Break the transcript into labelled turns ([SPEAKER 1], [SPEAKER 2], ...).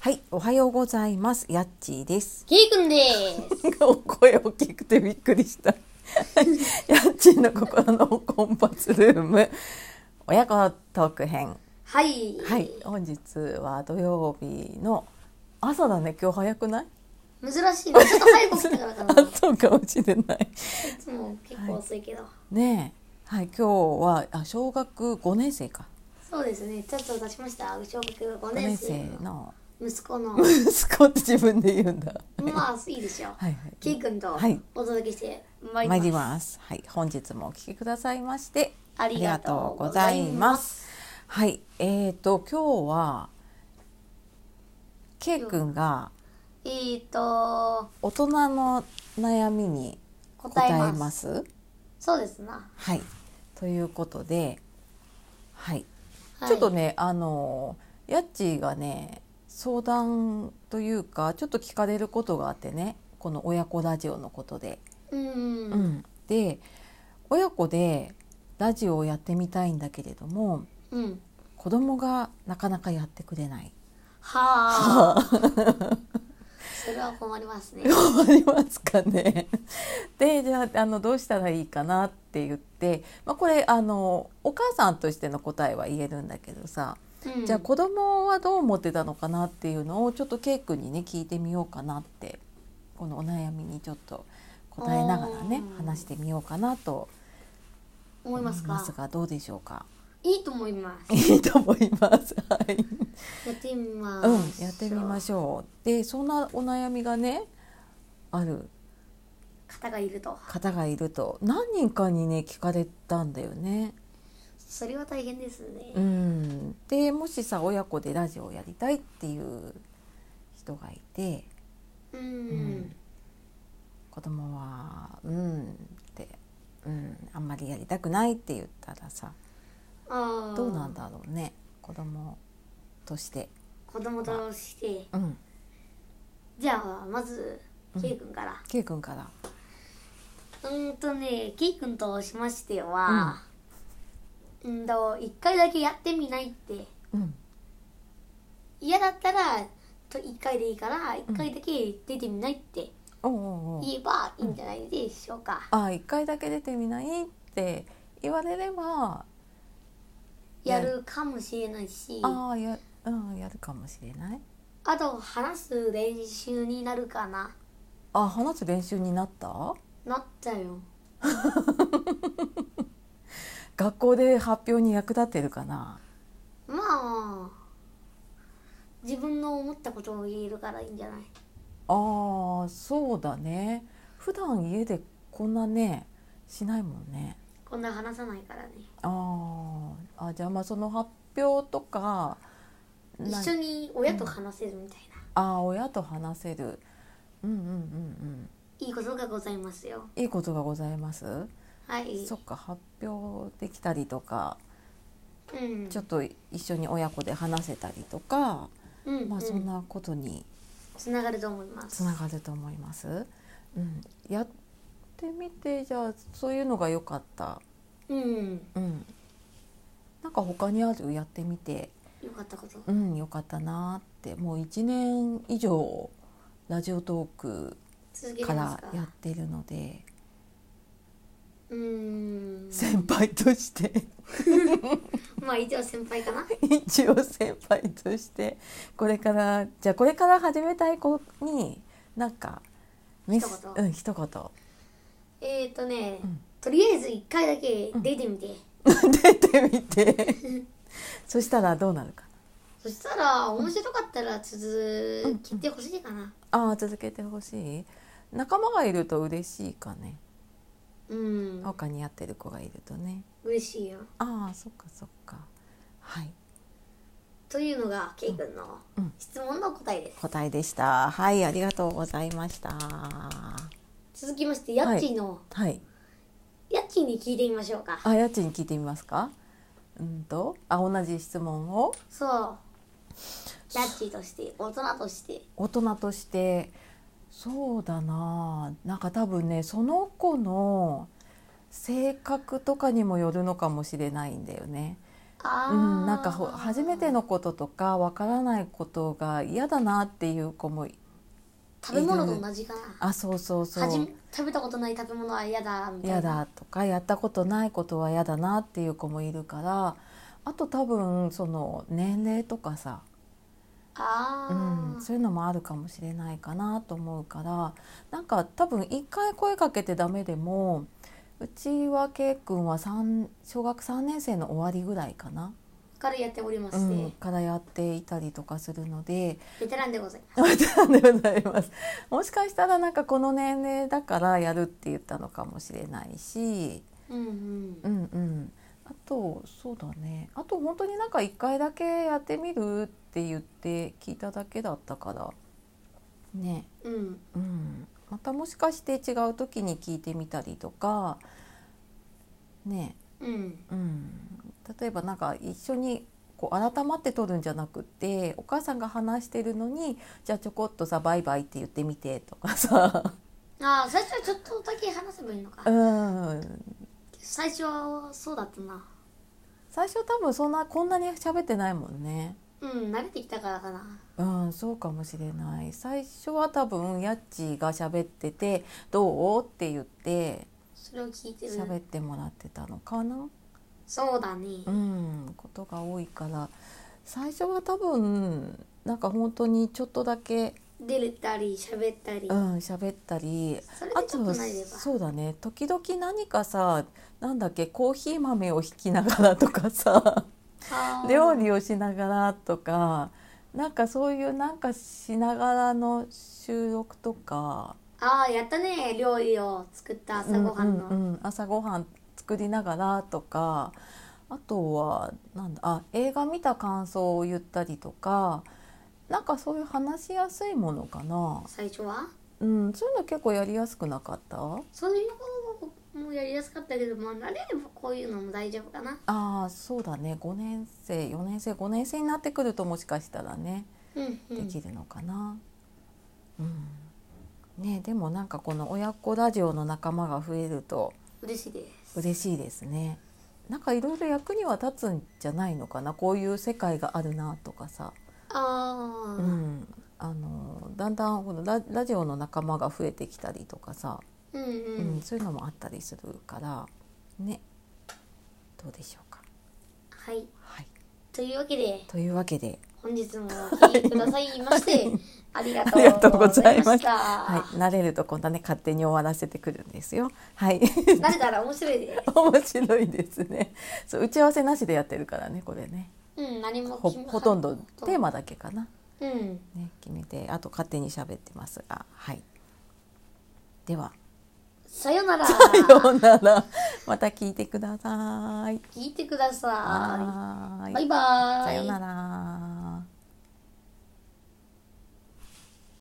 [SPEAKER 1] はい、おはようございます。やっちーです。
[SPEAKER 2] ケイくんです。
[SPEAKER 1] お声大きくてびっくりした。 やっちーの心のコンパスルーム親子トーク編。
[SPEAKER 2] はい。
[SPEAKER 1] はい、本日は土曜日の朝だね。今日早くない？
[SPEAKER 2] 珍し いね。ちょっと早く起きたからかな。
[SPEAKER 1] あ
[SPEAKER 2] い、
[SPEAKER 1] そうかもしれない。
[SPEAKER 2] つも結構遅いけど。
[SPEAKER 1] ねえ、はい、今日はあ小学5年生か。
[SPEAKER 2] そうですね。ちょっと出しました。小学五
[SPEAKER 1] 5
[SPEAKER 2] 年
[SPEAKER 1] 年
[SPEAKER 2] 生
[SPEAKER 1] 生
[SPEAKER 2] の
[SPEAKER 1] の
[SPEAKER 2] 息子の。
[SPEAKER 1] 息子って自分で言うんだ。
[SPEAKER 2] まあ、いいでしょう。
[SPEAKER 1] はいはい。
[SPEAKER 2] ケイくんと
[SPEAKER 1] はい
[SPEAKER 2] お届けしてまい
[SPEAKER 1] 参り
[SPEAKER 2] ります。
[SPEAKER 1] ます。はい、本日もお聞きくださいまして
[SPEAKER 2] ありがとうござい
[SPEAKER 1] ありがとうございま。
[SPEAKER 2] ます
[SPEAKER 1] はい、えーと今日は K 君が
[SPEAKER 2] えーと、
[SPEAKER 1] 大人の悩みに
[SPEAKER 2] 答
[SPEAKER 1] 答
[SPEAKER 2] えま
[SPEAKER 1] え
[SPEAKER 2] す。
[SPEAKER 1] ます。
[SPEAKER 2] そうですな。
[SPEAKER 1] はい、ということで、はい、
[SPEAKER 2] はい
[SPEAKER 1] ちょっとねあのやっちーがね相談というかちょっと聞かれることがあってねこの親子ラジオのことで。
[SPEAKER 2] うん。
[SPEAKER 1] う
[SPEAKER 2] うん。
[SPEAKER 1] ん、で親子でラジオをやってみたいんだけれども子供がなかなかやってくれない。
[SPEAKER 2] はあ。それは困りますね。
[SPEAKER 1] ありますかね。 でじゃああのどうしたらいいかなって言って、まあ、これあのお母さんとしての答えは言えるんだけどさ、
[SPEAKER 2] うん
[SPEAKER 1] じゃあ子供はどう思ってたのかなっていうのをちょっとケイ君にね聞いてみようかなってこのお悩みにちょっと答えながらね
[SPEAKER 2] おー
[SPEAKER 1] 話してみようかなと
[SPEAKER 2] 思います
[SPEAKER 1] 思いま
[SPEAKER 2] か
[SPEAKER 1] すがどうでしょうか。
[SPEAKER 2] いいと思います。
[SPEAKER 1] いいと思います。はい。
[SPEAKER 2] やってみま
[SPEAKER 1] うん
[SPEAKER 2] す。、
[SPEAKER 1] やってみま
[SPEAKER 2] ょ
[SPEAKER 1] しょう。で、そんなお悩みがね、ある
[SPEAKER 2] う。方がいると。
[SPEAKER 1] 方がいると、何人かにね、聞かれたんだよね。
[SPEAKER 2] それは大変ですね。
[SPEAKER 1] うん。で、もしさ、親子でラジオをやりたいっていう人がいて、
[SPEAKER 2] う。
[SPEAKER 1] うん子供は、うんって、うん、あんまりやりたくないって言ったらさ、
[SPEAKER 2] ああ。
[SPEAKER 1] どうなん。だろうね、子供として。
[SPEAKER 2] 子供として。
[SPEAKER 1] うん。
[SPEAKER 2] じゃあ、まず、ケイ君から。
[SPEAKER 1] ケイ君から。
[SPEAKER 2] うーんとね、ケイ君としましては、うんと、一回だけやってみないって。
[SPEAKER 1] うん。
[SPEAKER 2] 嫌だったら、と一回でいいから、一回だけ出てみないって
[SPEAKER 1] おうおうおう。
[SPEAKER 2] 言えばいいんじゃないでしょうか。
[SPEAKER 1] あ一回だけ出てみないって言われれば、うん
[SPEAKER 2] やるかもしれないし、
[SPEAKER 1] ああやうんやるかもしれない
[SPEAKER 2] あと、話す練習になるかな。
[SPEAKER 1] あ話す練習になった
[SPEAKER 2] なったよ。
[SPEAKER 1] 学校で発表に役立ってるかな
[SPEAKER 2] まあ自分の思ったことを言えるからいいんじゃない
[SPEAKER 1] あーそうだね普段家でこんなねしないもんね
[SPEAKER 2] こんな話さないからね
[SPEAKER 1] あーあじゃあまあその発表とかな
[SPEAKER 2] 一緒に親と話せるみたいな、
[SPEAKER 1] あー親と話せるうんうんうん
[SPEAKER 2] いいことがございますよ
[SPEAKER 1] うんいいことがございます
[SPEAKER 2] はい
[SPEAKER 1] そっか発表できたりとか
[SPEAKER 2] うん
[SPEAKER 1] ちょっと一緒に親子で話せたりとか、
[SPEAKER 2] うん
[SPEAKER 1] まあ、そん
[SPEAKER 2] うん
[SPEAKER 1] なことに
[SPEAKER 2] つながると思います
[SPEAKER 1] つながると思います。うん、やってみてじゃあそういうのが良かった、
[SPEAKER 2] うん
[SPEAKER 1] うん、なんか他にあるやってみて、
[SPEAKER 2] よかったこと
[SPEAKER 1] うん、良かったなってもう1年以上ラジオトーク
[SPEAKER 2] 続けて
[SPEAKER 1] か
[SPEAKER 2] ます
[SPEAKER 1] ら
[SPEAKER 2] か
[SPEAKER 1] やってるので
[SPEAKER 2] うん
[SPEAKER 1] 先輩として
[SPEAKER 2] まあ一応先輩かな
[SPEAKER 1] 一応先輩としてこれからじゃあこれから始めたい子になんかメス
[SPEAKER 2] 一言
[SPEAKER 1] うん一言
[SPEAKER 2] えっ、ー、とね、
[SPEAKER 1] うん
[SPEAKER 2] とりあえず一回だけ出てみて、
[SPEAKER 1] 出てみて そしたらどうなるか
[SPEAKER 2] そしたら面白かったら続けてほしいかな
[SPEAKER 1] なあー続けてほしい仲間がいると嬉しいかね
[SPEAKER 2] うん、
[SPEAKER 1] 他にやってる子がいるとね
[SPEAKER 2] 嬉しいよ
[SPEAKER 1] ああそっかそっかはい
[SPEAKER 2] というのがケイ君の
[SPEAKER 1] うん
[SPEAKER 2] 質問の答えです、
[SPEAKER 1] 答えでしたはいありがとうございましたは
[SPEAKER 2] 続きまして家賃の、
[SPEAKER 1] い
[SPEAKER 2] 家賃に聞いてみましょうか
[SPEAKER 1] あやっちに聞いてみますかうんとあ同じ質問を
[SPEAKER 2] そう家賃として大人として
[SPEAKER 1] 大人としてそうだななんか多分ねその子の性格とかにもよるのかもしれないんだよね。
[SPEAKER 2] あー
[SPEAKER 1] うん、なんかほ初めてのこととかわからないことが嫌だなっていう子もい
[SPEAKER 2] 食べ物と同じかな
[SPEAKER 1] あそうそうそ
[SPEAKER 2] はじめ
[SPEAKER 1] う
[SPEAKER 2] 食べたことない食べ物は嫌だみたいな
[SPEAKER 1] 嫌だとかやったことないことは嫌だなっていう子もいるからあと多分その年齢とかさ、
[SPEAKER 2] あ
[SPEAKER 1] う
[SPEAKER 2] ー、
[SPEAKER 1] ん、そういうのもあるかもしれないかなと思うからなんか多分一回声かけてダメでもうちは K 君は三小学3年生の終わりぐらいかな、
[SPEAKER 2] からやっておりま
[SPEAKER 1] う
[SPEAKER 2] して、
[SPEAKER 1] ん、からやっていたりとかするので。
[SPEAKER 2] ベテランでございま
[SPEAKER 1] ベ
[SPEAKER 2] す
[SPEAKER 1] テランでございます。もしかしたらなんかこの年齢だからやるって言ったのかもしれないし、
[SPEAKER 2] うんうん
[SPEAKER 1] うんうん。あとそうだね。あと本当になんか一回だけやってみるって言って聞いただけだったから、ね。
[SPEAKER 2] うん
[SPEAKER 1] うん。またもしかして違う時に聞いてみたりとか、ね。
[SPEAKER 2] うん
[SPEAKER 1] うん、例えばなんか一緒にこう改まって撮るんじゃなくてお母さんが話してるのにじゃあちょこっとさ「バイバイ」って言ってみてとかさ
[SPEAKER 2] ああ最初はちょっとだけ話せばいいのか、
[SPEAKER 1] うん
[SPEAKER 2] 最初はそうだったな
[SPEAKER 1] 最初多分そんなこんなに喋ってないもんね。
[SPEAKER 2] うん慣れてきたからかな
[SPEAKER 1] うん、そうかもしれない最初は多分やっちーが喋ってて「どう?」って言って
[SPEAKER 2] それを聞いてる
[SPEAKER 1] 喋ってもらってたのかな、
[SPEAKER 2] そうだね
[SPEAKER 1] うん、ことが多いから最初は多分なんか本当にちょっとだけ
[SPEAKER 2] 出れたり喋ったり、
[SPEAKER 1] うん喋ったり
[SPEAKER 2] それ
[SPEAKER 1] あ
[SPEAKER 2] でちょっ
[SPEAKER 1] と
[SPEAKER 2] と慣れれば
[SPEAKER 1] そうだね時々何かさなんだっけコーヒー豆をひきながらとかさ
[SPEAKER 2] あー
[SPEAKER 1] 料理をしながらとかなんかそういうなんかしながらの収録とか
[SPEAKER 2] ああやったね料理を作った朝ごはんの、
[SPEAKER 1] うんうんうん朝ごはん作りながらとかあとはなんだあ映画見た感想を言ったりとかなんかそういう話しやすいものかな、
[SPEAKER 2] 最初は
[SPEAKER 1] うん、そういうの結構やりやすくなかった
[SPEAKER 2] そういうこともやりやすかったけどまあ慣れればこういうのも大丈夫かな
[SPEAKER 1] ああそうだね5年生4年生5年生になってくるともしかしたらね
[SPEAKER 2] うんう
[SPEAKER 1] で
[SPEAKER 2] ん
[SPEAKER 1] きるのかな。うんねでもなんかこの親子ラジオの仲間が増えると
[SPEAKER 2] 嬉しいです
[SPEAKER 1] 嬉しいですね。なんかいろいろ役には立つんじゃないのかなこういう世界があるなとかさ、
[SPEAKER 2] あ
[SPEAKER 1] う
[SPEAKER 2] あ、
[SPEAKER 1] ん、あのだんだんこのララジオの仲間が増えてきたりとかさ、
[SPEAKER 2] うんう
[SPEAKER 1] うんん、そういうのもあったりするからねどうでしょうか。
[SPEAKER 2] はい
[SPEAKER 1] はい、
[SPEAKER 2] というわけで
[SPEAKER 1] というわけで。
[SPEAKER 2] 本日もお聞きくださいまして、 ありが
[SPEAKER 1] ありがと
[SPEAKER 2] と
[SPEAKER 1] う
[SPEAKER 2] う
[SPEAKER 1] ご
[SPEAKER 2] ご
[SPEAKER 1] ざ
[SPEAKER 2] ざ
[SPEAKER 1] い
[SPEAKER 2] い
[SPEAKER 1] ま
[SPEAKER 2] ま
[SPEAKER 1] し。
[SPEAKER 2] したた。
[SPEAKER 1] はい、慣れるとこんなね勝手に終わらせてくるんですよ。 はい、
[SPEAKER 2] 慣れたら面白いです。
[SPEAKER 1] 面白いですね。そう打ち合わせなしでやってるからねこれね。
[SPEAKER 2] うん、何も
[SPEAKER 1] ほ
[SPEAKER 2] 決め
[SPEAKER 1] ほとんどテー
[SPEAKER 2] マ。
[SPEAKER 1] マだけかな
[SPEAKER 2] うん、
[SPEAKER 1] ね決めてあと勝手に喋ってますがはい。では
[SPEAKER 2] さよな ら。
[SPEAKER 1] さようならまた聞いてください。
[SPEAKER 2] 聞いてくださ。
[SPEAKER 1] はいー
[SPEAKER 2] バイ
[SPEAKER 1] い。
[SPEAKER 2] バーイ。
[SPEAKER 1] さようなら。